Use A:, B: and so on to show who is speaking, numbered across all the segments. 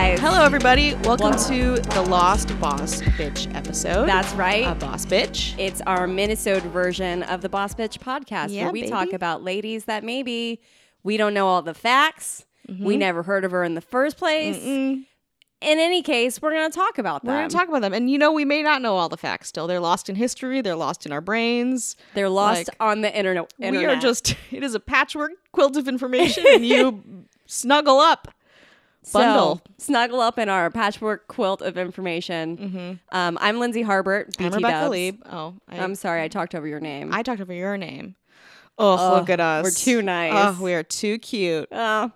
A: everybody. Welcome
B: What?
A: to the Lost Boss Bitch episode.
B: That's right.
A: a boss bitch.
B: It's our Minnesota version of the Boss Bitch podcast
A: Yeah,
B: where we
A: baby.
B: talk about ladies that maybe we don't know all the facts.
A: Mm-hmm.
B: We never heard of her in the first place. In any case, we're going to talk about
A: We're
B: them.
A: going to talk about them. And you know, we may not know all the facts still. They're lost in history, they're lost in our brains.
B: They're lost
A: like,
B: on the internet.
A: We are
B: internet.
A: just, it is a patchwork quilt of information, and you snuggle up.
B: So,
A: bundle.
B: snuggle up in our patchwork quilt of information. Um, I'm Lindsay Harbert. BT
A: Mm-hmm. I'm Rebecca
B: Dubs. Um,
A: Lieb. Oh, I,
B: I'm sorry, I talked over your name.
A: I talked over your name. Oh, look at us.
B: we're too nice.
A: Oh, we are too cute.
B: Oh.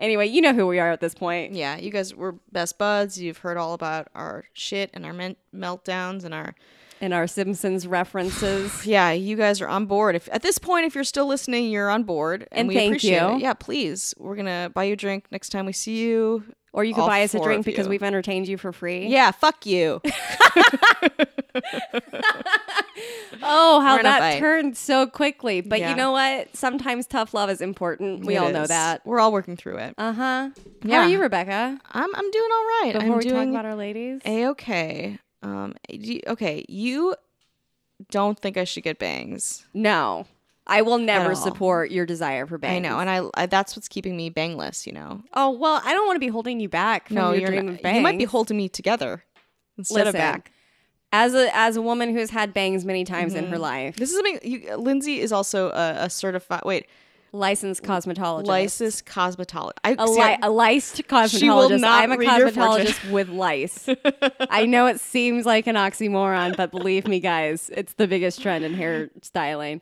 B: anyway, you know who we are at this point.
A: Yeah, you guys were best buds. You've heard all about our shit and our men- meltdowns and our
B: And our Simpsons references.
A: yeah, you guys are on board. If at this point, if you're still listening, you're on board, and,
B: And
A: we
B: thank
A: appreciate
B: you.
A: it. Yeah, please, we're gonna buy you a drink next time we see you.
B: or you could
A: All
B: buy us a
A: four
B: drink
A: of
B: because
A: you.
B: we've entertained you for free.
A: Yeah, fuck you.
B: Oh, how
A: We're in a
B: that
A: fight.
B: turned so quickly. But
A: Yeah.
B: you know what? Sometimes tough love is important. We
A: It
B: all know
A: is.
B: that.
A: We're all working through it.
B: Uh huh. How
A: Yeah.
B: are you, Rebecca?
A: I'm I'm doing all right.
B: Before
A: I'm
B: we talk
A: doing
B: about our ladies,
A: a okay. Um, you- okay, you don't think I should get bangs?
B: no, I will never
A: all.
B: support your desire for bangs.
A: I know, and I, I that's what's keeping me bangless. You know,
B: Oh well, I don't want to be holding you back from
A: no,
B: your
A: you're
B: dream
A: not,
B: of bangs.
A: you might be holding me together instead
B: Listen,
A: of back.
B: As a as a woman who has had bangs many times
A: Mm-hmm.
B: in her life,
A: This is something you, Lindsay is also a, a certified wait
B: licensed cosmetologist,
A: lysis cosmetologist. I,
B: a,
A: see, I-
B: li- a licensed cosmetologist.
A: not
B: I'm a
A: read your fortune.
B: cosmetologist with lice. I know it seems like an oxymoron, but believe me, guys, it's the biggest trend in hair styling.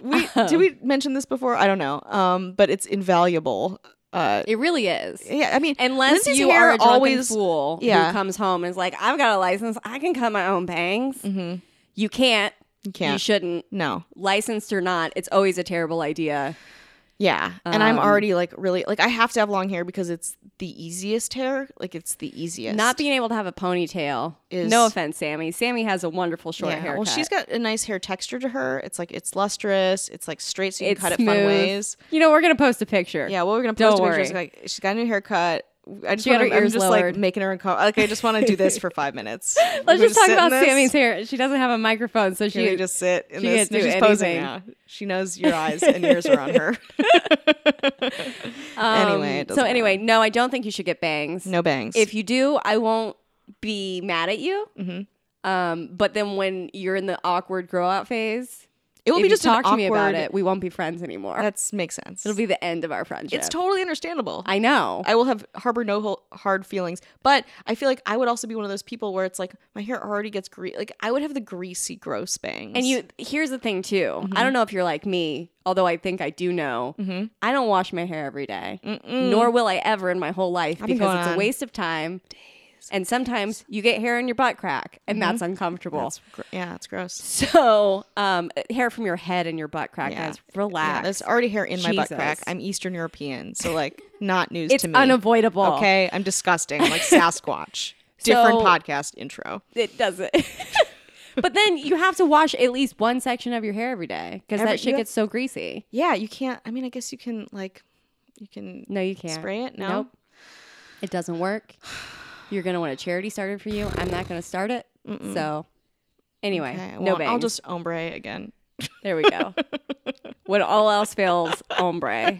A: we
B: Um,
A: did we mention this before? I don't know. Um, but it's invaluable. Uh,
B: It really is.
A: yeah, I mean,
B: Unless
A: Lindsay's
B: you
A: hair
B: are a drunken
A: always
B: fool
A: yeah.
B: who comes home and is like, "I've got a license. I can cut my own bangs." You can't.
A: you
B: You
A: Mm-hmm. can't.
B: shouldn't.
A: no,
B: Licensed or not, it's always a terrible idea.
A: yeah, and
B: Um,
A: I'm already like really like I have to have long hair because it's the easiest hair. Like it's the easiest.
B: Not being able to have a ponytail.
A: Is-
B: no offense, Sammy. Sammy has a wonderful short
A: yeah.
B: haircut.
A: Well, she's got a nice hair texture to her. It's like it's lustrous. It's like straight, so you
B: it's
A: can cut
B: smooth.
A: it fun ways.
B: You know, we're gonna post a picture.
A: Yeah, well, we're gonna
B: Don't
A: post a picture.
B: worry.
A: It's Like she's got a new haircut. I just
B: She got
A: want
B: her
A: her I'm
B: ears
A: just like
B: lowered.
A: making her uncomfortable. Like I just want to do this for five minutes.
B: Let's just talk
A: sit in
B: about
A: this.
B: Sammy's hair. She doesn't have a microphone, so
A: She
B: she
A: can just sit in
B: she
A: this.
B: can do
A: she's posing
B: anything.
A: now. She knows your eyes and yours are on her.
B: Um,
A: anyway, it
B: so
A: doesn't
B: anyway, no, I don't think you should get bangs.
A: no bangs.
B: If you do, I won't be mad at you.
A: Mm-hmm.
B: Um, but then when you're in the awkward grow out phase,
A: it will
B: if
A: be
B: you
A: just an
B: talk to me about
A: awkward-
B: it. We won't be friends anymore.
A: That's makes sense.
B: It'll be the end of our friendship.
A: It's totally understandable.
B: I know.
A: I will have harbor no ho- hard feelings, but I feel like I would also be one of those people where it's like my hair already gets greasy. Like I would have the greasy, gross bangs.
B: and you, here's the thing too.
A: Mm-hmm.
B: I don't know if you're like me, although I think I do know. I don't wash my hair every day, nor will I ever in my whole life
A: been
B: because
A: going
B: it's a
A: on-
B: waste of time. And sometimes you get hair in your butt crack, and that's uncomfortable.
A: Mm-hmm. That's gr- yeah, it's gross.
B: So, um, hair from your head and your butt crack,
A: Yeah.
B: guys.
A: Yeah,
B: Relax.
A: there's already hair in my butt crack.
B: Jesus.
A: I'm Eastern European, so like not news
B: it's
A: to me.
B: unavoidable.
A: Okay, I'm disgusting. I'm like Sasquatch. Different
B: So-
A: podcast intro.
B: It doesn't. but then you have to wash at least one section of your hair every day because
A: Every-
B: that shit
A: you-
B: gets so greasy.
A: Yeah, you can't. I mean, I guess you can like, you can
B: No, you can't.
A: spray it. No,
B: Nope. It doesn't work. You're going to want a charity started for you. I'm not going to start it. So, anyway,
A: Okay,
B: no
A: well,
B: bangs.
A: I'll just ombre again.
B: There we go. when all else fails, ombre.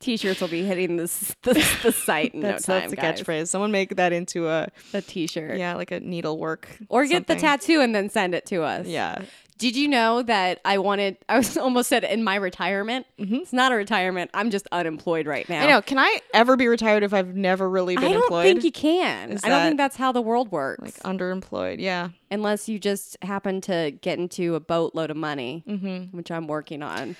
B: T-shirts will be hitting this the, the site in
A: That's
B: no time.
A: that's a
B: guys.
A: catchphrase. Someone make that into a
B: A T-shirt.
A: yeah, like a needlework
B: Or get the
A: something.
B: tattoo and then send it to us.
A: Yeah,
B: Did you know that I wanted, I was almost said in my retirement? It's not a retirement. I'm just unemployed right now.
A: I know. Can I ever be retired if I've never really been
B: I don't
A: employed?
B: think you can. I don't
A: that-
B: think that's how the world works.
A: like underemployed. Yeah.
B: Unless you just happen to get into a boatload of money,
A: Mm-hmm.
B: which I'm working on.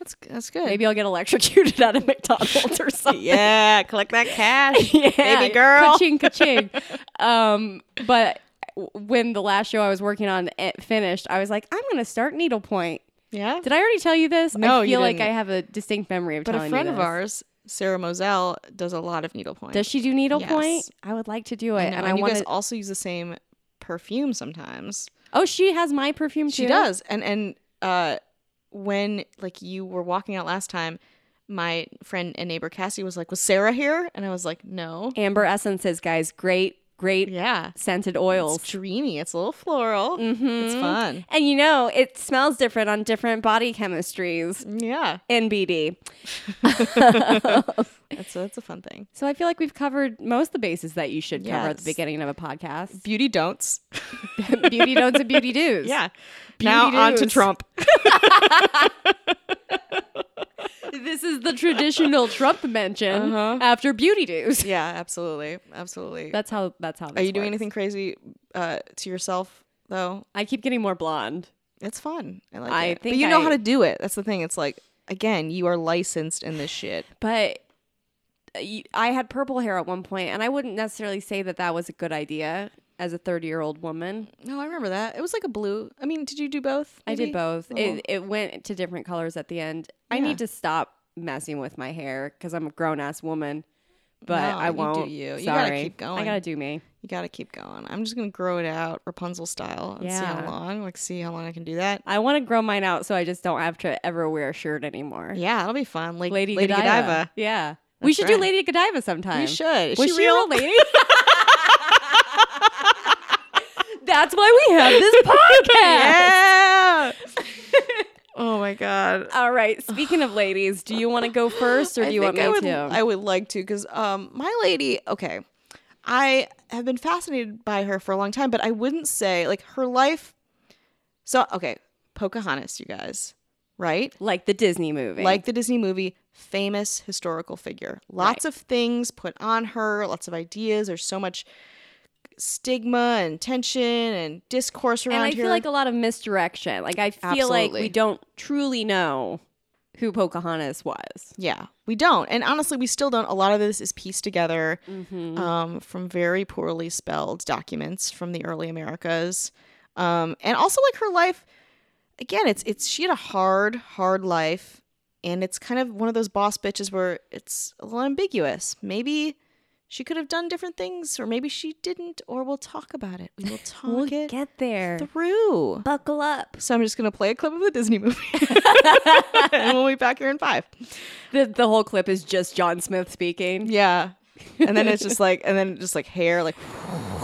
A: That's that's good.
B: Maybe I'll get electrocuted at a McDonald's or something.
A: Yeah, collect that cash, baby girl.
B: Ka-ching, ka-ching. um, but w- when the last show I was working on it finished, I was like, I'm going to start needlepoint.
A: Yeah.
B: Did I already tell you this?
A: No,
B: I
A: you
B: feel like
A: didn't.
B: I have a distinct memory of
A: but
B: telling
A: a friend
B: you
A: of
B: this.
A: ours, Sarah Moselle, does a lot of needlepoint.
B: Does she do needlepoint?
A: Yes.
B: I would like to do it,
A: I
B: and
A: know, and
B: I
A: you
B: want
A: guys
B: to.
A: also use the same perfume sometimes.
B: Oh, she has my perfume too.
A: She does, and and uh, when like you were walking out last time, my friend and neighbor Cassie was like, "Was Sarah here?" And I was like, "No."
B: Amber essences, guys. Great, great
A: Yeah.
B: scented
A: It's
B: oils.
A: dreamy. It's a little floral. It's
B: Mhm.
A: fun.
B: And you know, it smells different on different body chemistries.
A: Yeah.
B: NBD.
A: That's a, that's a fun thing.
B: so I feel like we've covered most of the bases that you should cover at the
A: Yes.
B: beginning of a podcast.
A: Beauty don'ts.
B: beauty don'ts and beauty do's.
A: Yeah. now on to
B: do's.
A: Trump.
B: This is the traditional Trump mention
A: Uh-huh.
B: after beauty do's.
A: yeah, absolutely. Absolutely.
B: That's how that's how
A: Are
B: this
A: you doing
B: works.
A: anything crazy uh, to yourself though?
B: I keep getting more blonde.
A: It's fun. I like
B: I
A: it.
B: think
A: but you know how
B: I-
A: to do it. That's the thing. It's like again, you are licensed in this shit.
B: But uh, you- I had purple hair at one point and I wouldn't necessarily say that that was a good idea as a 30-year-old woman.
A: No, I remember that. It was like a blue. I mean, did you do both?
B: I did
A: maybe?
B: both.
A: Oh.
B: It it went to different colors at the end. I
A: Yeah.
B: need to stop messing with my hair because I'm a grown ass woman. But
A: No,
B: I
A: you do
B: won't.
A: you. You gotta
B: Sorry.
A: keep going.
B: I gotta do me.
A: You got to keep going. I'm just gonna grow it out Rapunzel style and see how
B: Yeah.
A: long. Like, see how long I can do that.
B: I want to grow mine out so I just don't have to ever wear a shirt anymore.
A: Yeah, that'll be fun. Like
B: Lady,
A: Lady, Godiva.
B: Yeah, we should do
A: right.
B: Lady Godiva sometime.
A: You should. Is
B: Was
A: she,
B: a
A: real?
B: lady? That's why we have this podcast.
A: yeah. oh my god.
B: All right. Speaking of ladies, do you want to go first, or do you want me
A: think I would,
B: to?
A: I would like to because um, my lady. Okay, I have been fascinated by her for a long time, but I wouldn't say like her life. So okay, Pocahontas, you guys, right?
B: like the Disney movie,
A: Like the Disney movie, famous historical figure. Lots of things put on her. Lots of ideas. There's so much stigma and tension and discourse around
B: and I
A: here.
B: feel like a lot of misdirection. Like I feel like
A: Absolutely.
B: we don't truly know who Pocahontas was.
A: Yeah, we don't. And honestly, we still don't. A lot of this is pieced together
B: Mm-hmm. Mm. Uh,
A: um, from very poorly spelled documents from the early Americas. Um, and also like her life again, it's it's she had a hard, hard life and it's kind of one of those boss bitches where it's a little ambiguous. Maybe she could have done different things or maybe she didn't or we'll talk about it. We will talk
B: We'll
A: it
B: get there.
A: through.
B: Buckle up.
A: So I'm just going to play a clip of the Disney movie. and we'll be back here in 5.
B: The the whole clip is just John Smith speaking.
A: Yeah. And then it's just like, and then just like hair, like,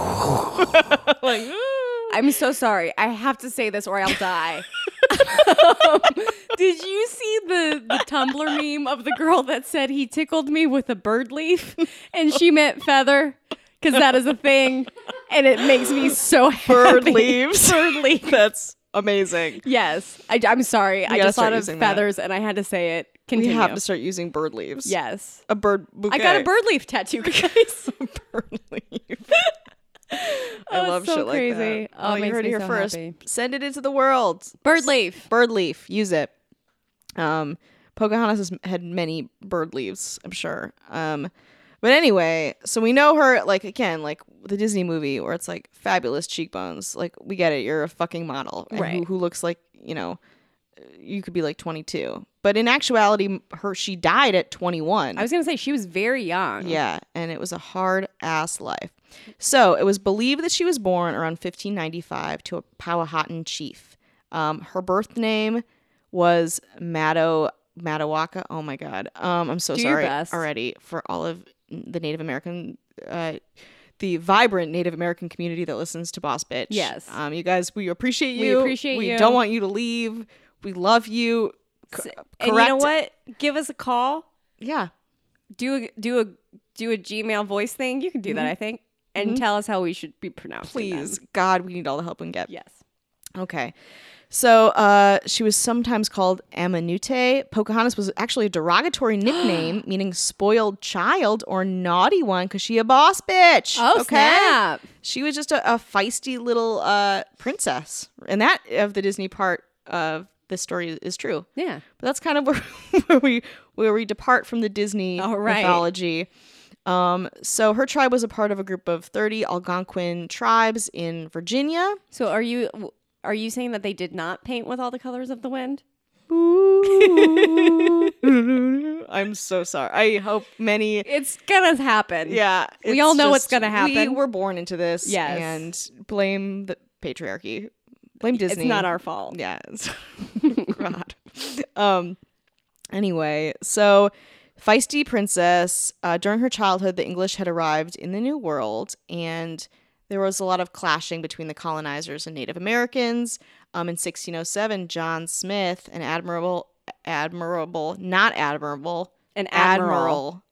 A: like
B: I'm so sorry. I have to say this or I'll die. Um, did you see the, the Tumblr meme of the girl that said he tickled me with a bird leaf and she meant feather? Because that is a thing and it makes me so
A: bird
B: happy.
A: leaves. Bird leaf. That's amazing.
B: Yes, I, am sorry. I
A: gotta
B: just
A: start
B: thought of
A: using that.
B: feathers and I had to say it.
A: We
B: Continue.
A: have to start using bird leaves.
B: yes,
A: A bird bouquet.
B: I got a bird leaf tattoo, guys.
A: bird leaf.
B: Oh,
A: I
B: it's
A: love
B: so
A: shit
B: crazy.
A: like that.
B: Oh, it
A: you
B: makes
A: heard it
B: me
A: here
B: so
A: first.
B: happy.
A: Send it into the world.
B: bird leaf.
A: Bird leaf. Use it. Um, Pocahontas has had many bird leaves, I'm sure. Um, but anyway, so we know her like again, like the Disney movie where it's like fabulous cheekbones. Like we get it, you're a fucking model, and Who,
B: Right.
A: who looks like you know, you could be like 22, but in actuality, her she died at 21.
B: I was gonna say she was very young.
A: Yeah, and it was a hard ass life. So it was believed that she was born around 1595 to a Powhatan chief. Um, her birth name was Mato Matawaka. Oh my God, um, I'm so
B: Do your
A: sorry
B: best.
A: already for all of the Native American. Uh, the vibrant Native American community that listens to Boss Bitch.
B: Yes.
A: Um, you guys, we appreciate
B: We
A: you.
B: appreciate
A: We
B: you.
A: don't want you to leave. We love you. Co-
B: And you know what? Give us a call.
A: Yeah.
B: Do a do a do a Gmail voice thing. You can do that, I think, and tell us how we should be pronounced.
A: Mm-hmm. Please, God, we need all the help we can get.
B: Yes.
A: Okay. So uh, she was sometimes called Amanute. Pocahontas was actually a derogatory nickname meaning spoiled child or naughty one because she a boss bitch.
B: Oh snap!
A: She was just a, a feisty little uh, princess. And that of the Disney part of this story is true.
B: Yeah.
A: But that's kind of where, where we where we depart from the Disney
B: All right.
A: mythology. Um, so her tribe was a part of a group of 30 Algonquin tribes in Virginia.
B: So are you are you saying that they did not paint with all the colors of the wind?
A: I'm so sorry. I hope many.
B: It's gonna happen.
A: Yeah,
B: We
A: it's
B: all know what's
A: just-
B: gonna
A: We
B: happen.
A: were born into this.
B: Yes.
A: and blame the patriarchy. Blame Disney.
B: It's not our fault.
A: Yeah. it's- God. Um. Anyway, so feisty princess, uh, during her childhood, the English had arrived in the New World, and there was a lot of clashing between the colonizers and Native Americans. Um, in 1607, John Smith, an admirable, admirable, not admirable,
B: An
A: admiral,
B: admiral.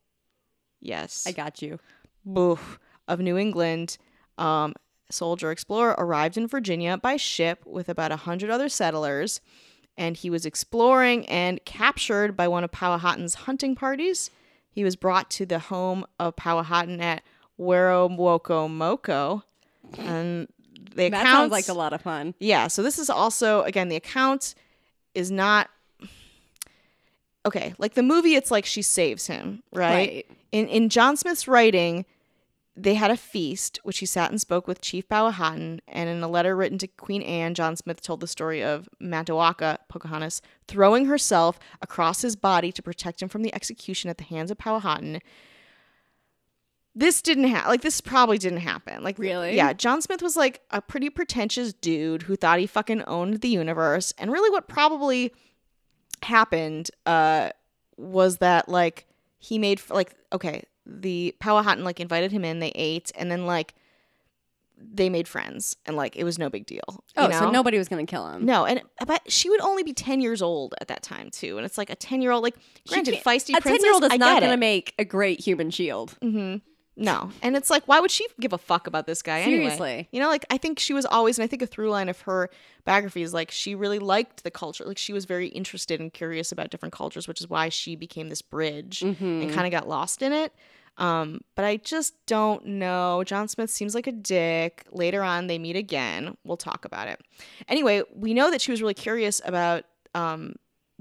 A: yes,
B: I got you.
A: Boof of New England um, soldier explorer arrived in Virginia by ship with about a 100 other settlers. And he was exploring and captured by one of Powhatan's hunting parties. He was brought to the home of Powhatan at Werowocomoco. And the
B: That
A: account
B: sounds like a lot of fun.
A: yeah, so this is also again the account is not okay. Like the movie, it's like she saves him, right?
B: Right.
A: In in John Smith's writing, they had a feast which he sat and spoke with Chief Powhatan, and in a letter written to Queen Anne, John Smith told the story of Mantawaka Pocahontas throwing herself across his body to protect him from the execution at the hands of Powhatan this didn't happen. Like this probably didn't happen. Like
B: Really?
A: yeah. John Smith was like a pretty pretentious dude who thought he fucking owned the universe. And really, what probably happened uh, was that like he made like okay, the Powhatan like invited him in, they ate, and then like they made friends, and like it was no big deal. you
B: Oh, so
A: know?
B: nobody was going to kill him.
A: No, and but she would only be ten years old at that time too, and it's like a ten year old, like
B: She
A: granted,
B: can't-
A: feisty
B: A
A: princess.
B: ten-year-old
A: I
B: is not
A: get
B: going
A: it.
B: to make a great human shield.
A: Mm-hmm. No. And it's like, why would she give a fuck about this guy anyway?
B: Seriously.
A: You know, like I think she was always, and I think a through line of her biography is like she really liked the culture. Like she was very interested and curious about different cultures, which is why she became this bridge and kind of got lost in it. Um, but I just don't know. John Smith seems like a dick. Later on, they meet again. We'll talk about it. Anyway, we know that she was really curious about um,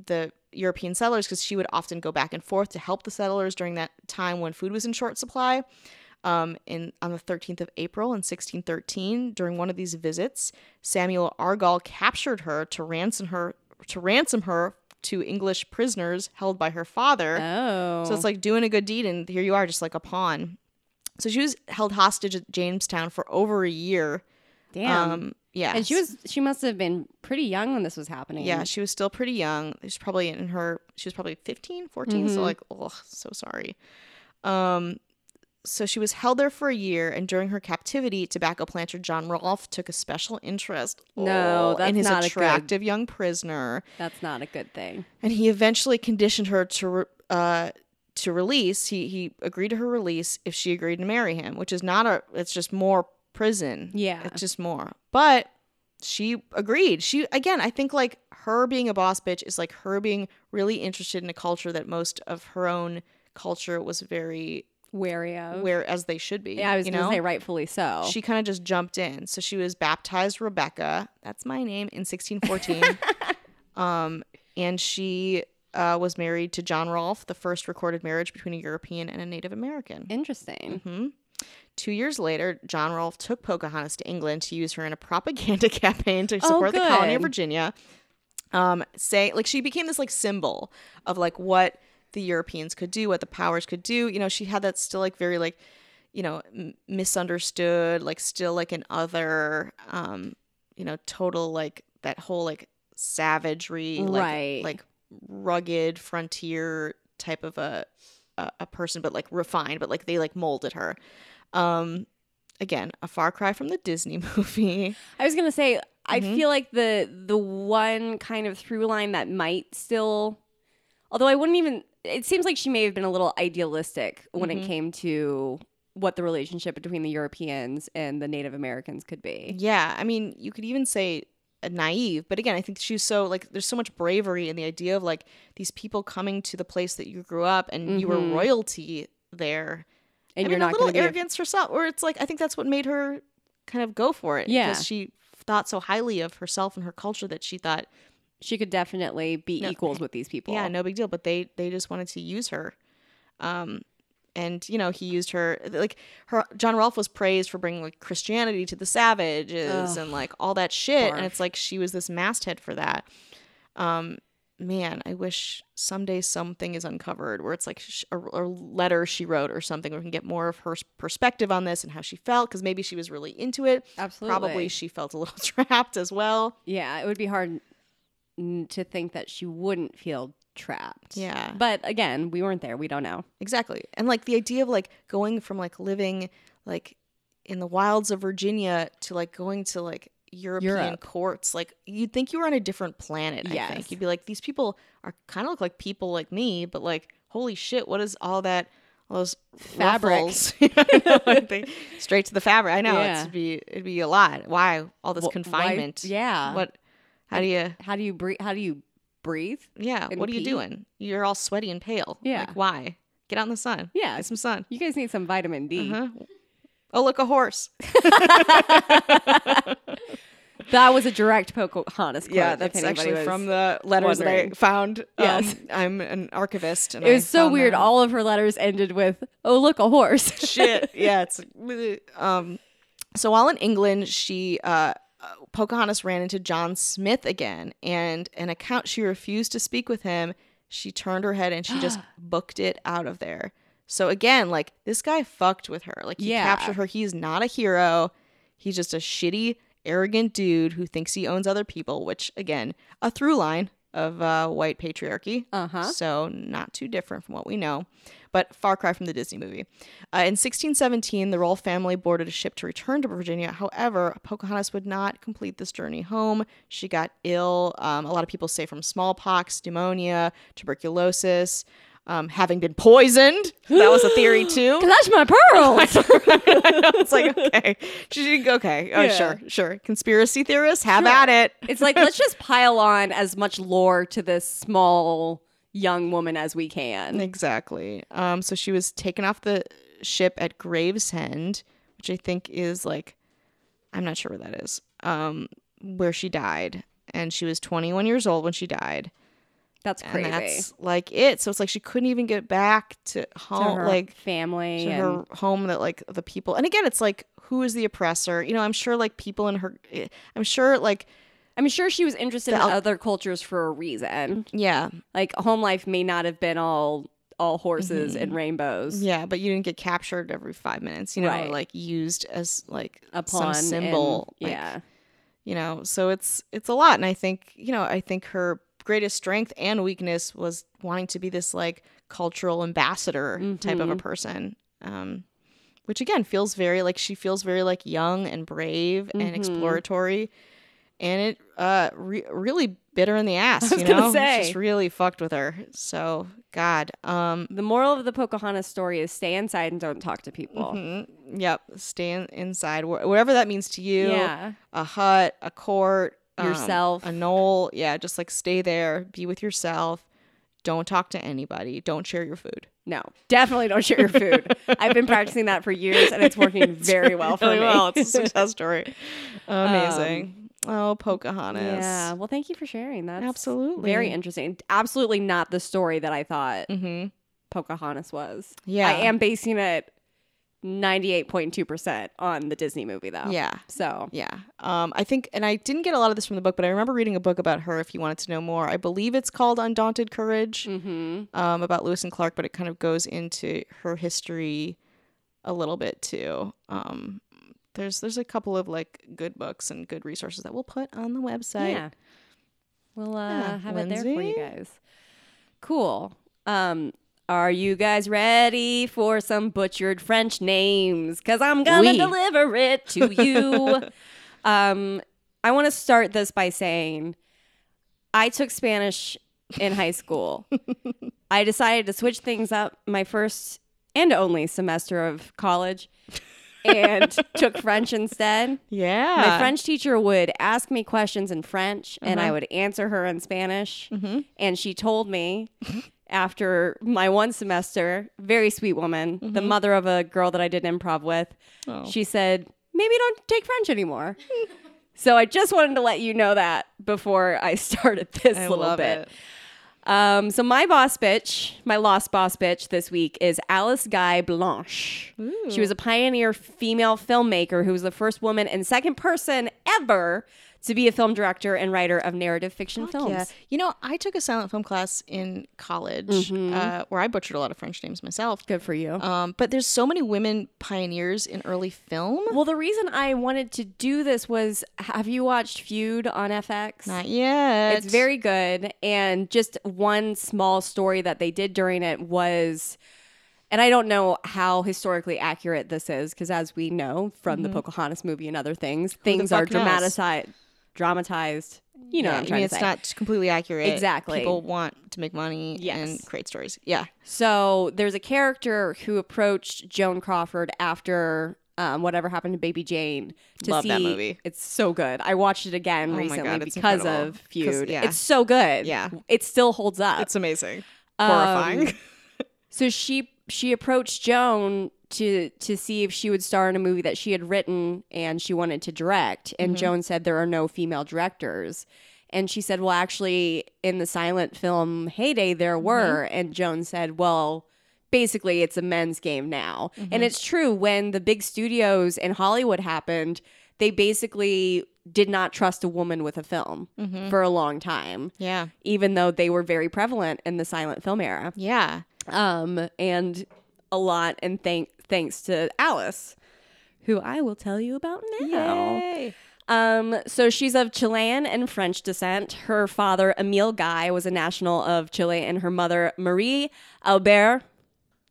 A: the European settlers because she would often go back and forth to help the settlers during that time when food was in short supply. Um, in on the 13th of April in 1613, during one of these visits, Samuel Argall captured her to ransom her to ransom her to English prisoners held by her father.
B: Oh.
A: So it's like doing a good deed, and here you are, just like a pawn. So she was held hostage at Jamestown for over a year.
B: damn.
A: Um, yeah,
B: and she was she must have been pretty young when this was happening.
A: yeah, she was still pretty young. She's probably in her she was probably 15, 14,
B: Mm-hmm.
A: so like ugh, so sorry. Um so she was held there for a year and during her captivity, tobacco planter John Rolfe took a special interest
B: No,
A: oh,
B: that's
A: in his
B: not a good-
A: attractive young prisoner
B: That's not a good thing.
A: and he eventually conditioned her to re- uh to release he he agreed to her release if she agreed to marry him which is not a it's just more prison
B: Yeah.
A: it's just more but she agreed she again i think like her being a boss bitch is like her being really interested in a culture that most of her own culture was very
B: Wary of.
A: where as they should be
B: yeah, I was
A: you
B: going
A: know?
B: to say rightfully so.
A: she kind of just jumped in. So she was baptized Rebecca. That's my name in 1614. um, and she uh, was married to John Rolfe, the first recorded marriage between a European and a Native American.
B: Interesting.
A: Mm-hmm. Two years later, John Rolfe took Pocahontas to England to use her in a propaganda campaign to
B: Oh,
A: support the colony of
B: good.
A: Virginia. Um, say like she became this like symbol of like what the Europeans could do, what the powers could do. You know, she had that still like very like you know m- misunderstood, like still like an other. Um, you know, total like that whole like savagery, like
B: Right.
A: like rugged frontier type of a a, a person, but like refined, but like they like molded her. Um, again, a far cry from the Disney movie.
B: I was going to say I
A: Mhm.
B: feel like the the one kind of through line that might still although I wouldn't even it seems like she may have been a little idealistic when
A: Mhm.
B: it came to what the relationship between the Europeans and the Native Americans could be.
A: Yeah, I mean, you could even say uh, naive, but again, I think she's so like there's so much bravery in the idea of like these people coming to the place that you grew up and you were
B: Mhm.
A: royalty there.
B: And
A: I
B: you're
A: mean,
B: not
A: a
B: going
A: little
B: to be
A: arrogance herself, or it's like I think that's what made her kind of go for it.
B: Yeah.
A: because she thought so highly of herself and her culture that she thought,
B: she could definitely be
A: No.
B: equals with these people.
A: yeah, no big deal. But they they just wanted to use her, um, and you know he used her like her. John Rolfe was praised for bringing like Christianity to the savages
B: Ugh.
A: and like all that shit,
B: Barf.
A: and it's like she was this masthead for that. Um, man, I wish someday something is uncovered where it's like sh- a, a letter she wrote or something where we can get more of her s- perspective on this and how she felt because maybe she was really into it.
B: Absolutely.
A: Probably she felt a little trapped as well.
B: Yeah, it would be hard n- to think that she wouldn't feel trapped.
A: Yeah.
B: But again, we weren't there. We don't know.
A: Exactly. And like the idea of like going from like living like in the wilds of Virginia to like going to like European
B: Europe.
A: courts, like you'd think you were on a different planet. I
B: Yes.
A: think you'd be like, these people are kind of look like people like me, but like, holy shit, what is all that? All those
B: Fabric.
A: ruffles? I know, like, they- straight to the fabric. I know
B: Yeah.
A: it'd be it'd be a lot. Why all this
B: Wh- why-
A: confinement?
B: yeah.
A: What? How do you?
B: How do you breathe? How do you breathe?
A: Yeah.
B: And
A: What are you
B: pee?
A: doing? You're all sweaty and pale.
B: Yeah.
A: Like why? Get out in the sun.
B: Yeah.
A: Get some sun.
B: You guys need some vitamin D.
A: Uh-huh. Oh, look, a horse.
B: That was a direct Pocahontas quote.
A: Yeah,
B: if
A: that's
B: anybody
A: actually
B: was-
A: from the letters
B: wondering.
A: that I found.
B: Yes.
A: Um, I'm an archivist. And
B: It was
A: I
B: so
A: found
B: weird.
A: that.
B: All of her letters ended with, "Oh look, a horse."
A: Shit. Yeah, it's um. So while in England, she uh, uh, Pocahontas ran into John Smith again, and an account she refused to speak with him. She turned her head and she just booked it out of there. So again, like this guy fucked with her. Like he
B: Yeah.
A: captured her. He's not a hero. He's just a shitty, arrogant dude who thinks he owns other people. Which again, a through line of uh, white patriarchy.
B: Uh huh.
A: So not too different from what we know, but far cry from the Disney movie. Uh, in 1617, the Royal family boarded a ship to return to Virginia. However, Pocahontas would not complete this journey home. She got ill. Um, a lot of people say from smallpox, pneumonia, tuberculosis, um, having been poisoned. That was a theory too.
B: Clutch my pearls.
A: it's like okay, she, okay, oh
B: Yeah.
A: sure, sure. Conspiracy theorists, have at it.
B: it's like let's just pile on as much lore to this small young woman as we can.
A: Exactly. Um, so she was taken off the ship at Gravesend, which I think is like, I'm not sure where that is, um, where she died. And she was 21 years old when she died.
B: That's
A: And
B: crazy.
A: that's like it. So it's like she couldn't even get back to
B: to
A: home,
B: her
A: like
B: family
A: to
B: and
A: her home that like the people. And again, it's like, who is the oppressor? You know, I'm sure like people in her, eh, I'm sure like,
B: I'm sure she was interested in
A: The-
B: other cultures for a reason.
A: yeah,
B: Like home life may not have been all all horses and rainbows.
A: Mm-hmm. Yeah, but you didn't get captured every five minutes, you know,
B: Right.
A: or like used as like
B: A
A: some
B: pawn and-
A: symbol. like,
B: yeah.
A: you know, so it's it's a lot. And I think, you know, I think her greatest strength and weakness was wanting to be this like cultural ambassador type
B: Mm-hmm.
A: of a person. Um which again feels very like she feels very like young and brave and
B: Mhm.
A: exploratory. And it uh re- really bit her in the ass,
B: I was
A: you
B: gonna
A: know. It's
B: say.
A: Just really fucked with her. So God. Um
B: The moral of the Pocahontas story is stay inside and don't talk to people.
A: Mhm. Yep. Stay in, inside, wh- whatever that means to you.
B: Yeah.
A: A hut, a court, um,
B: Yourself.
A: a knoll. Yeah. Just like stay there, be with yourself. Don't talk to anybody. Don't share your food.
B: No. Definitely don't share your food. I've been practicing that for years and it's working very well for
A: Really
B: me.
A: Oh, well. It's a success story. Amazing. oh, Pocahontas.
B: Yeah. Well, thank you for sharing that.
A: Absolutely.
B: Very interesting. Absolutely not the story that I thought
A: Mm-hmm.
B: Pocahontas was.
A: Yeah.
B: I am basing it 98.2% on the Disney movie, though.
A: Yeah.
B: So,
A: Yeah. Um, I think, and I didn't get a lot of this from the book, but I remember reading a book about her if you wanted to know more. I believe it's called Undaunted Courage.
B: mm-hmm.
A: um, about Lewis and Clark, but it kind of goes into her history a little bit too. Um, there's there's a couple of like good books and good resources that we'll put on the website.
B: yeah. We'll uh,
A: Yeah,
B: have it there for you
A: Lindsay?
B: guys. Cool. Um, are you guys ready for some butchered French names? Because I'm going to
A: Oui.
B: deliver it to you. um, I want to start this by saying I took Spanish in high school. I decided to switch things up my first and only semester of college and took French instead.
A: Yeah.
B: My French teacher would ask me questions in French and I
A: Uh-huh.
B: would answer her in Spanish.
A: Mhm.
B: And she told me after my one semester, very sweet woman, the mother of a girl that I did improv with,
A: Mm-hmm. Oh.
B: she said, maybe don't take French anymore. so I just wanted to let you know that before I started this
A: I
B: little
A: love
B: bit.
A: it.
B: Um, so my boss bitch, my lost boss bitch this week is Alice Guy Blanche. She was a pioneer female filmmaker who was the first woman and second person ever to be a film director and writer of narrative fiction
A: Fuck
B: films.
A: Yeah. You know, I took a silent film class in college
B: Mm-hmm.
A: uh, where I butchered a lot of French names myself.
B: Good for you.
A: Um, but there's so many women pioneers in early film.
B: well, the reason I wanted to do this was have you watched Feud on FX?
A: Not yet.
B: It's very good. And just one small story that they did during it was, and I don't know how historically accurate this is, because as we know from the Pocahontas movie and other things, things are
A: Mm-hmm. fuck knows?
B: dramatized. Dramatized. You know what
A: Yeah, I
B: I'm
A: mean,
B: trying
A: it's
B: to say.
A: not completely accurate.
B: Exactly.
A: People want to make money
B: Yes.
A: and create stories. Yeah.
B: So there's a character who approached Joan Crawford after um, whatever happened to Baby Jane. To
A: Love
B: see,
A: that movie. Oh
B: It's so good. I watched it again
A: my
B: recently
A: God, it's
B: because
A: incredible.
B: of
A: 'Cause-
B: Feud.
A: yeah.
B: It's so good.
A: Yeah.
B: it still holds up.
A: It's amazing.
B: Um,
A: Horrifying.
B: So she she approached Joan to to see if she would star in a movie that she had written and she wanted to direct. And Joan said there are no female directors. And she said, "Well, actually, in the silent film heyday, there were." And Joan said, "Well, basically, it's a men's game now." And it's true. When the big studios in Hollywood happened, they basically did not trust a woman with a film for a long time,
A: yeah.
B: even though they were very prevalent in the silent film era
A: Yeah.
B: um, and a lot, and thank thanks to Alice, who I will tell you about now.
A: Yay.
B: Um, so she's of Chilean and French descent. Her father, Emile Guy, was a national of Chile, and her mother, Marie Albert,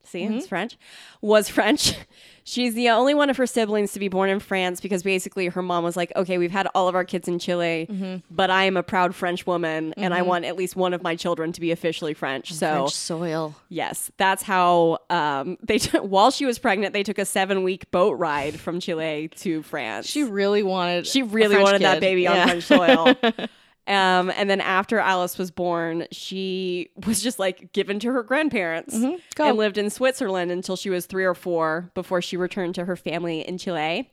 B: see, it's French, was French. She's the only one of her siblings to be born in France because basically her mom was like, okay, we've had all of our kids in Chile, but I am a proud French woman and I want at least one of my children to be officially French. So
A: French soil.
B: Yes, that's how um, they took. While she was pregnant, they took a seven-week boat ride from Chile to France.
A: She really wanted.
B: she really wanted that baby on French soil. um, and then after Alice was born, she was just like given to her grandparents
A: Mm-hmm. Go.
B: and lived in Switzerland until she was three or four before she returned to her family in Chile.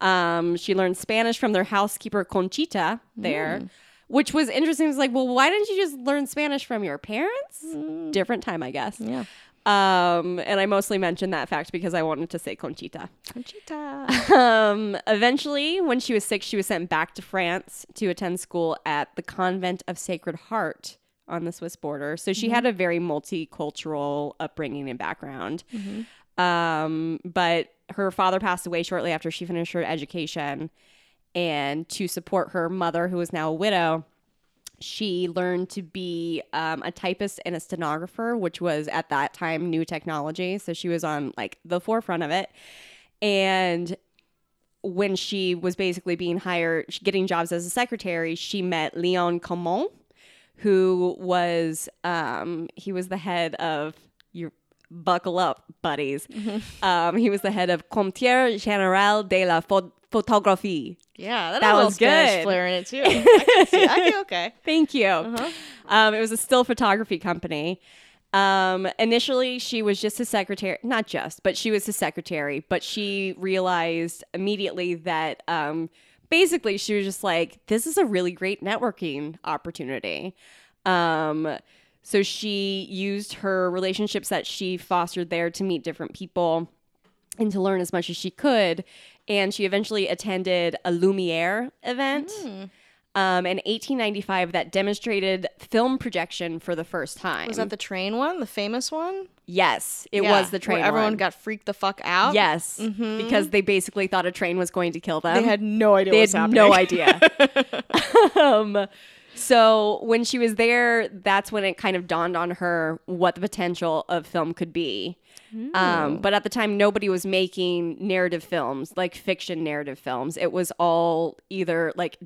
B: Um, she learned Spanish from their housekeeper Conchita there.
A: Mm.
B: Which was interesting. It was like, well, why didn't you just learn Spanish from your parents? Different time, I guess.
A: Mm. Yeah.
B: Um, and I mostly mentioned that fact because I wanted to say Conchita.
A: Conchita.
B: Um, eventually, when she was six, she was sent back to France to attend school at the Convent of Sacred Heart on the Swiss border. So she had a very multicultural upbringing and background. Um, but her father passed away shortly after she finished her education. And to support her mother, who was now a widow, she learned to be um, a typist and a stenographer, which was at that time new technology. So she was on like the forefront of it. And when she was basically being hired, getting jobs as a secretary, she met Leon Comon, who was um, he was the head of your buckle up buddies. Um, he was the head of Comptier General de la Phot- Photographie.
A: yeah.
B: That
A: That,
B: was
A: was
B: good.
A: good. Flair in it too. I can see. I feel okay.
B: Thank you. Um, it was a still photography company. Um, initially, she was just a secretary, not just, but she was a secretary. But she realized immediately that um, basically she was just like, this is a really great networking opportunity. Um, so she used her relationships that she fostered there to meet different people and to learn as much as she could. And she eventually attended a Lumiere event
A: Mm.
B: um, in 1895 that demonstrated film projection for the first time.
A: Was that the train one? The famous one?
B: yes, it
A: Yeah,
B: was the train.
A: Where everyone
B: one.
A: got Mm-hmm. freaked the fuck out.
B: yes because they basically thought a train was going to kill them.
A: They had no idea.
B: They
A: what
B: had
A: was happening.
B: no idea. um, so when she was there, that's when it kind of dawned on her what the potential of film could be. Um, but at the time, nobody was making narrative films, like fiction narrative films. It was all either like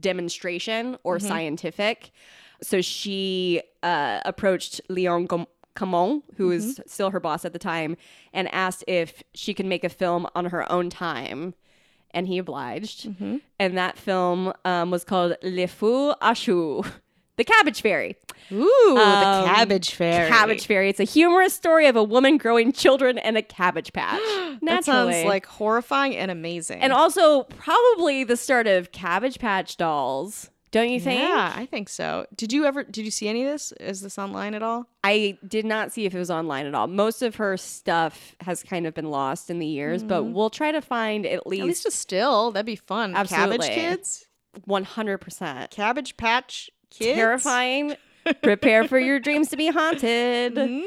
B: demonstration or
A: Mm-hmm.
B: scientific. So she uh, approached Leon Gom- Camon, who was
A: Mm-hmm.
B: still her boss at the time, and asked if she could make a film on her own time. And he obliged.
A: Mm-hmm.
B: And that film um, was called Le Fou Achou, The Cabbage Fairy.
A: Ooh,
B: Um,
A: the cabbage fair.
B: Cabbage Fairy. It's a humorous story of a woman growing children in a cabbage patch.
A: That sounds
B: Naturally.
A: like horrifying and amazing.
B: And also, probably the start of Cabbage Patch Dolls. Don't you think?
A: Yeah, I think so. Did you ever did you see any of this? Is this online at all?
B: I did not see if it was online at all. Most of her stuff has kind of been lost in the years, but we'll try to find at
A: At least
B: least
A: a still. That'd be fun. Cabbage
B: Absolutely.
A: kids?
B: 100%.
A: Cabbage patch kids.
B: Terrifying. Prepare for your dreams to be haunted.
A: Mhm.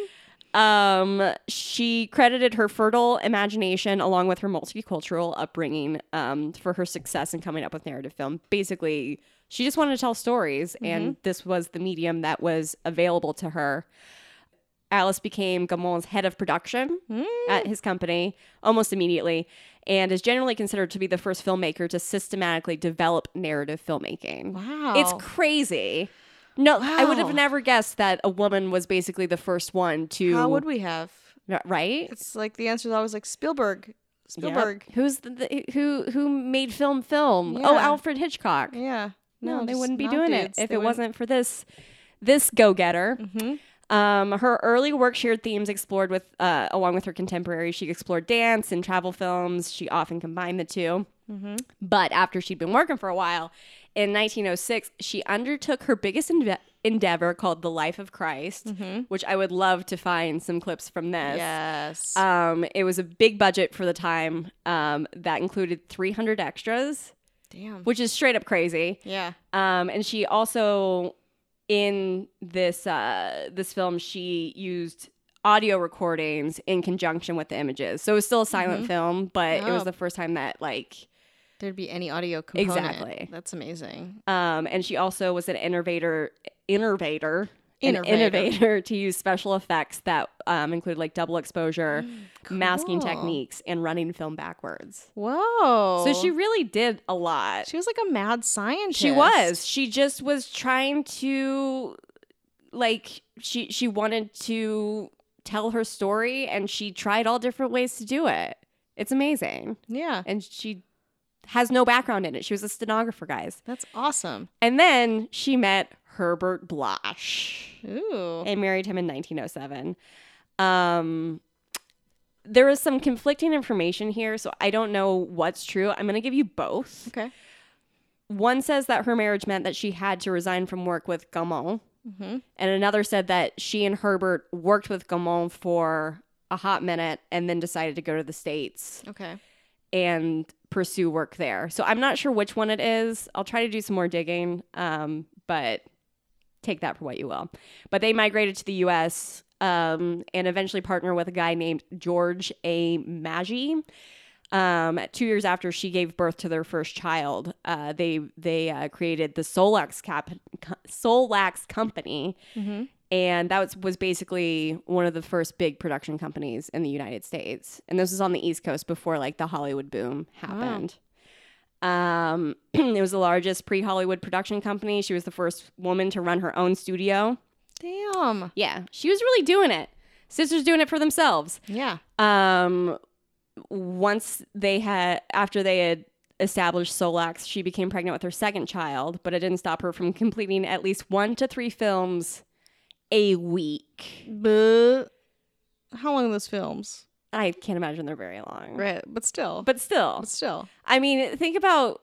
B: Um, she credited her fertile imagination along with her multicultural upbringing um, for her success in coming up with narrative film. Basically, she just wanted to tell stories, and this was the medium that was available to her. Alice became Gamon's head of production
A: Mm.
B: at his company almost immediately and is generally considered to be the first filmmaker to systematically develop narrative filmmaking.
A: Wow.
B: It's crazy. No, I would
A: Wow.
B: have never guessed that a woman was basically the first one to
A: How would we have?
B: R- right?
A: It's like the answer is always like Spielberg. Spielberg.
B: Yep. Who's the, the who who made film film? Oh,
A: Yeah.
B: Alfred Hitchcock.
A: Yeah.
B: No, they
A: just
B: wouldn't be
A: not
B: doing
A: dudes.
B: it if
A: They
B: it
A: wouldn't-
B: wasn't for this this go-getter.
A: Mhm.
B: Um, her early work shared themes explored with, uh, along with her contemporary. She explored dance and travel films. She often combined the 2
A: Mm-hmm.
B: But after she'd been working for a while, in 1906, she undertook her biggest enve- endeavor called "The Life of Christ," which I would love to find some clips from this.
A: Mm-hmm. Yes.
B: Um, it was a big budget for the time. Um, that included 300 extras,
A: Damn.
B: which is straight up crazy.
A: Yeah.
B: Um, and she also in this uh, this film she used audio recordings in conjunction with the images. So it was still a silent film, but it
A: Oh.
B: was the first time that like
A: There'd be any audio component.
B: Exactly.
A: That's amazing.
B: um, and she also was an innovator innovator an
A: Innovator.
B: innovator to use special effects that um, include like double exposure, masking
A: Cool.
B: techniques, and running film backwards.
A: Whoa.
B: So she really did a lot.
A: she was like a mad scientist.
B: She was. She just was trying to like she she wanted to tell her story and she tried all different ways to do it. It's amazing.
A: Yeah.
B: And she has no background in it. She was a stenographer, guys.
A: That's awesome.
B: And then she met Herbert Bloch
A: Ooh.
B: and married him in 1907. Um, there is some conflicting information here, so I don't know what's true. I'm going to give you both.
A: okay.
B: One says that her marriage meant that she had to resign from work with Gaumont,
A: Mm-hmm.
B: and another said that she and Herbert worked with Gaumont for a hot minute and then decided to go to the States
A: Okay.
B: and pursue work there. So I'm not sure which one it is. I'll try to do some more digging, um, but take that for what you will. But they migrated to the US um, and eventually partnered with a guy named George A. Maggi. Um, two years after she gave birth to their first child, uh, they they uh, created the Solax Cap- Co- Solax Company,
A: Mm-hmm.
B: and that was, was basically one of the first big production companies in the United States. And this was on the East Coast before like the Hollywood boom happened. Um, it was the largest pre-Hollywood production company. She was the first woman to run her own studio.
A: Damn.
B: Yeah, she was really doing it. Sisters doing it for themselves
A: Yeah.
B: um once they had after they had established solax she became pregnant with her second child but it didn't stop her from completing at least one to three films a week
A: But how long are those films?
B: i can't imagine they're very long
A: Right. But still.
B: but still
A: But still.
B: i mean think about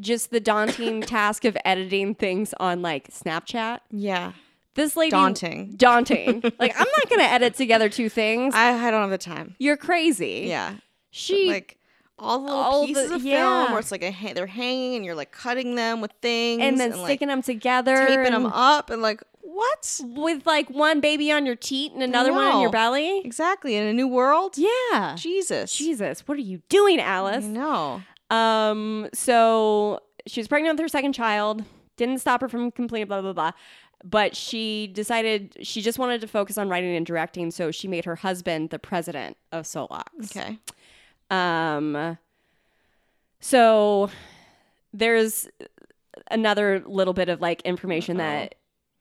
B: just the daunting task of editing things on like snapchat
A: Yeah.
B: this lady
A: Daunting.
B: daunting like i'm not gonna edit together two things
A: I, I don't have the time.
B: you're crazy
A: Yeah.
B: she
A: like all the little
B: all the-
A: pieces of
B: yeah.
A: film where it's like a, ha- they're hanging and you're like cutting them with things
B: and then
A: like,
B: sticking them together
A: taping
B: and-
A: them up and like what
B: with like one baby on your teat and another one on your
A: No.
B: belly.
A: exactly in a new world?
B: Yeah.
A: Jesus,
B: Jesus, what are you doing, Alice?
A: No,
B: Um, so she was pregnant with her second child. Didn't stop her from completing blah blah blah. But she decided she just wanted to focus on writing and directing, so she made her husband the president of Solox.
A: okay,
B: Um, so there's another little bit of like information that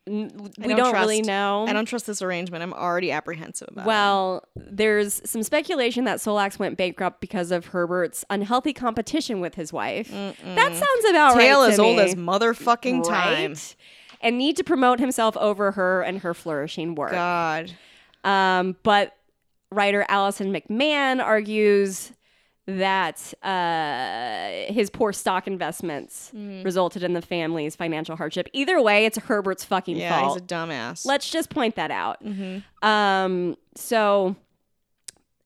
B: n-
A: I
B: we
A: don't
B: don't, really
A: trust-
B: know.
A: I don't trust this arrangement. I'm already apprehensive about it.
B: Well, there's some speculation that Solax went bankrupt because of Herbert's unhealthy competition with his wife. That sounds about
A: Tale
B: right.
A: as
B: to
A: old
B: me.
A: as motherfucking time.
B: Right? And need to promote himself over her and her flourishing work.
A: God,
B: Um, but writer Allison McMahon argues that uh, his poor stock investments
A: Hmm.
B: resulted in the family's financial hardship. Either way, it's Herbert's fucking
A: Yeah,
B: fault.
A: he's a Mm-hmm. dumbass.
B: Let's just point that out. Um, so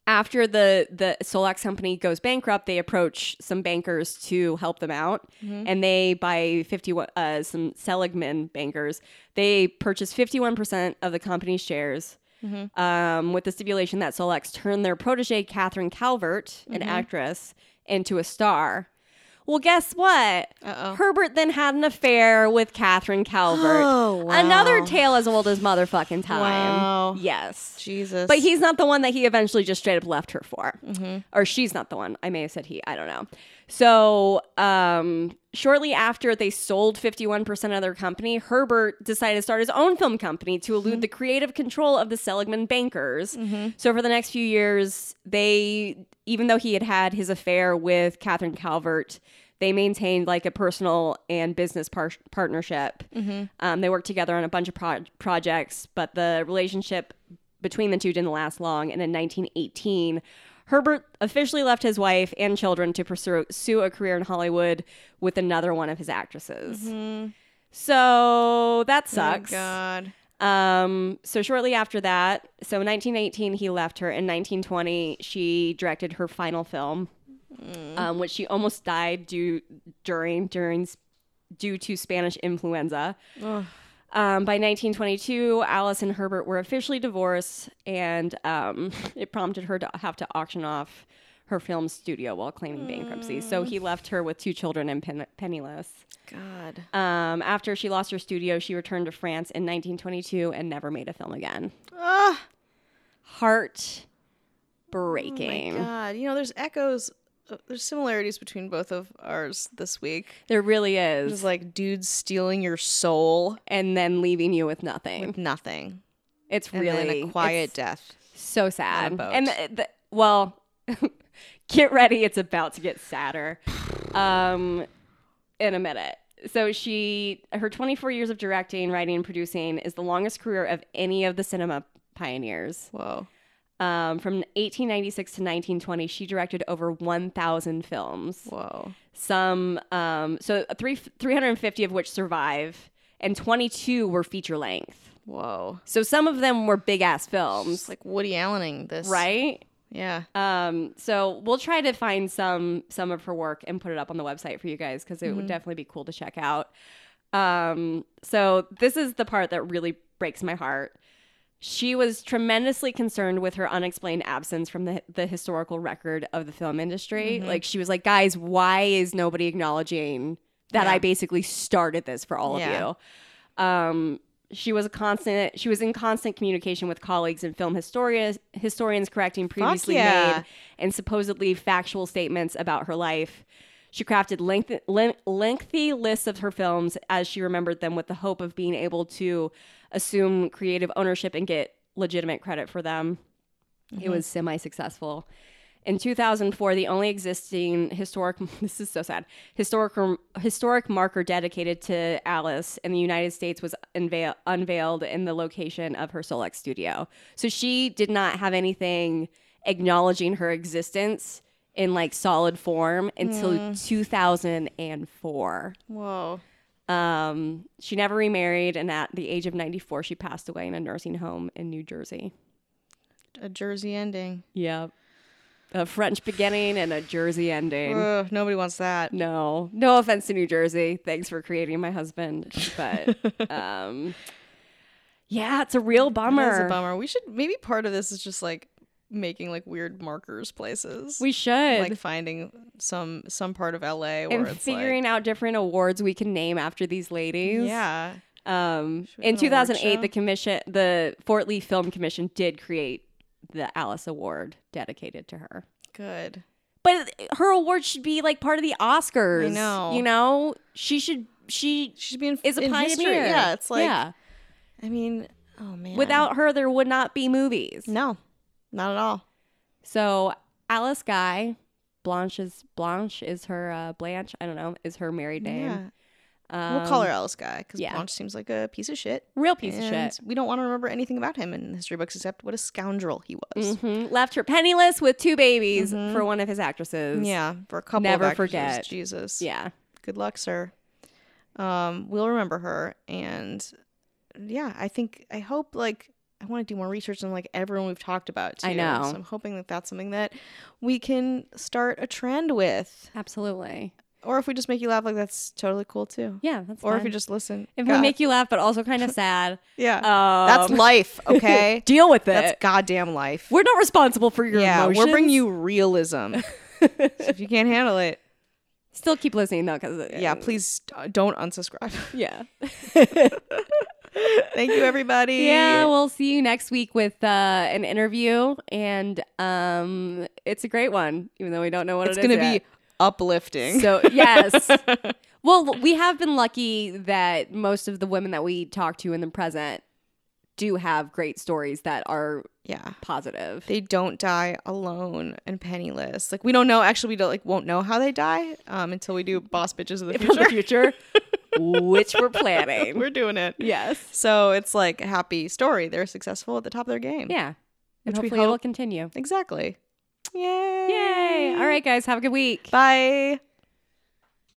B: after the the Solax company goes bankrupt, they approach some bankers to help them out,
A: Mm-hmm.
B: and they buy fifty one uh, some Seligman bankers. They purchase fifty one percent of the company's shares.
A: Mm-hmm.
B: Um, with the stipulation that Solex turned their protege Catherine Calvert, an
A: Mm-hmm.
B: actress, into a star. Well, guess what?
A: Uh-oh.
B: Herbert then had an affair with Catherine Calvert.
A: Oh, wow.
B: Another tale as old as motherfucking time.
A: Wow.
B: Yes.
A: Jesus.
B: But he's not the one that he eventually just straight up left her for. Or she's not the one. I may have said he. I don't know. So um, shortly after they sold 51% of their company, Herbert decided to start his own film company to elude the creative control of the Seligman bankers. So for the next few years, they, even though he had had his affair with Catherine Calvert, they maintained like a personal and business par- partnership. Um, they worked together on a bunch of pro- projects, but the relationship between the two didn't last long. And in 1918, Herbert officially left his wife and children to pursue, pursue a career in Hollywood with another one of his actresses. So that sucks.
A: Oh, God.
B: Um, so shortly after that, so in 1918 he left her. In 1920 she directed her final film, um, which she almost died due during during due to Spanish influenza.
A: Ugh.
B: Um, by 1922, Alice and Herbert were officially divorced, and um, it prompted her to have to auction off her film studio while claiming bankruptcy. So he left her with two children and pen- penniless.
A: God.
B: Um, after she lost her studio, she returned to France in 1922 and never made a film again.
A: Ah.
B: Heart
A: Oh My
B: breaking.
A: God. You know, there's echoes. uh, There's similarities between both of ours this week.
B: there really
A: It
B: is.
A: was like dudes stealing your soul,
B: and then leaving you with nothing.
A: nothing,
B: it's
A: and
B: really
A: then a quiet
B: it's
A: death.
B: so sad.
A: boat.
B: And the, the, well, get ready. It's about to get sadder. Um, in a minute. So she, her 24 years of directing, writing, and producing is the longest career of any of the cinema pioneers.
A: Whoa.
B: Um, from 1896 to 1920, she directed over 1,000 films.
A: Whoa.
B: Some, um, so three, 350 of which survive, and 22 were feature length.
A: Whoa.
B: So some of them were big ass films,
A: It's like Woody Allening this.
B: right?
A: Yeah.
B: Um, so we'll try to find some some of her work and put it up on the website for you guys because it
A: Mm-hmm.
B: would definitely be cool to check out. Um, so this is the part that really breaks my heart. She was tremendously concerned with her unexplained absence from the the historical record of the film industry.
A: Mm-hmm.
B: Like she was like, guys, why is nobody acknowledging that
A: Yeah.
B: I basically started this for all
A: Yeah.
B: of you? Um, she was a constant. She was in constant communication with colleagues and film historians, historians correcting previously
A: yeah.
B: made and supposedly factual statements about her life. She crafted lengthy, len- lengthy lists of her films as she remembered them with the hope of being able to assume creative ownership and get legitimate credit for them. It was semi successful. In 2004, the only existing historic this is so sad historic historic marker dedicated to Alice in the United States was unveil, unveiled in the location of her Solex studio. So she did not have anything acknowledging her existence in like solid form until 2004.
A: Whoa.
B: Um, she never remarried, and at the age of 94, she passed away in a nursing home in New Jersey.
A: A Jersey ending.
B: Yep. A French beginning and a Jersey ending.
A: Ugh, nobody wants that.
B: no, no offense to New Jersey. Thanks for creating my husband, but um, yeah, it's a real bummer.
A: That is a bummer. We should maybe part of this is just like making like weird markers places.
B: We should
A: like finding some some part of LA where
B: and
A: it's
B: figuring out different awards we can name after these
A: like
B: ladies.
A: yeah.
B: Um,
A: we
B: in
A: have an award
B: 2008,
A: show?
B: the commission, the Fort Lee Film Commission, did create the Alice Award dedicated to her.
A: Good.
B: But her award should be like part of the Oscars.
A: I know.
B: You know, she should. She
A: She should be in,
B: is a
A: in
B: pioneer.
A: history. Yeah, it's like
B: yeah.
A: I mean, oh man.
B: Without her, there would not be movies.
A: no, not at all.
B: So Alice Guy, Blanche is Blanche is her uh, Blanche. I don't know is her married name.
A: Yeah.
B: Um,
A: We'll call her Alice Guy because
B: yeah.
A: Blanche seems like a piece of shit.
B: Um, Real piece
A: and
B: of shit.
A: We don't want to remember anything about him in the history books except what a scoundrel he was.
B: Mhm. Left her penniless with two babies for one of his actresses.
A: Mm-hmm. Yeah, for a couple.
B: Mm. Never
A: of actresses.
B: forget.
A: Jesus.
B: Yeah.
A: Good luck, sir. Um, we'll remember her, and yeah, I think I hope like I want to do more research on like everyone we've talked about. Too.
B: I know.
A: So I'm hoping that that's something that we can start a trend with,
B: Absolutely.
A: or if we just make you laugh, like that's totally cool too.
B: Yeah. That's
A: Or if
B: fine.
A: you just listen.
B: If we
A: God.
B: make you laugh, but also kind of sad,
A: yeah,
B: um,
A: that's life. Okay,
B: deal with it.
A: that's goddamn life.
B: we're not responsible for your
A: yeah,
B: emotions.
A: we're bringing you realism. So if you can't handle it,
B: Still keep listening though, because
A: yeah, please uh, don't unsubscribe.
B: yeah.
A: Thank you, everybody.
B: Yeah, we'll see you next week with uh, an interview, and um, it's a great one, even though we don't know what
A: it's
B: it
A: going to
B: is
A: be
B: yet.
A: uplifting.
B: So yes, well, we have been lucky that most of the women that we talk to in the present do have great stories that are
A: yeah.
B: positive.
A: They don't die alone and penniless. Like we don't know. Actually, we don't like won't know how they die um, until we do boss bitches of the
B: From the future,
A: future.
B: which we're planning.
A: We're doing it.
B: yes.
A: So it's like a happy story. They're successful at the top of their game.
B: Yeah. And
A: Which we
B: hopefully it'll
A: hope-
B: continue.
A: Exactly. Yay!
B: Yay. All right, guys. Have a good week.
A: Bye.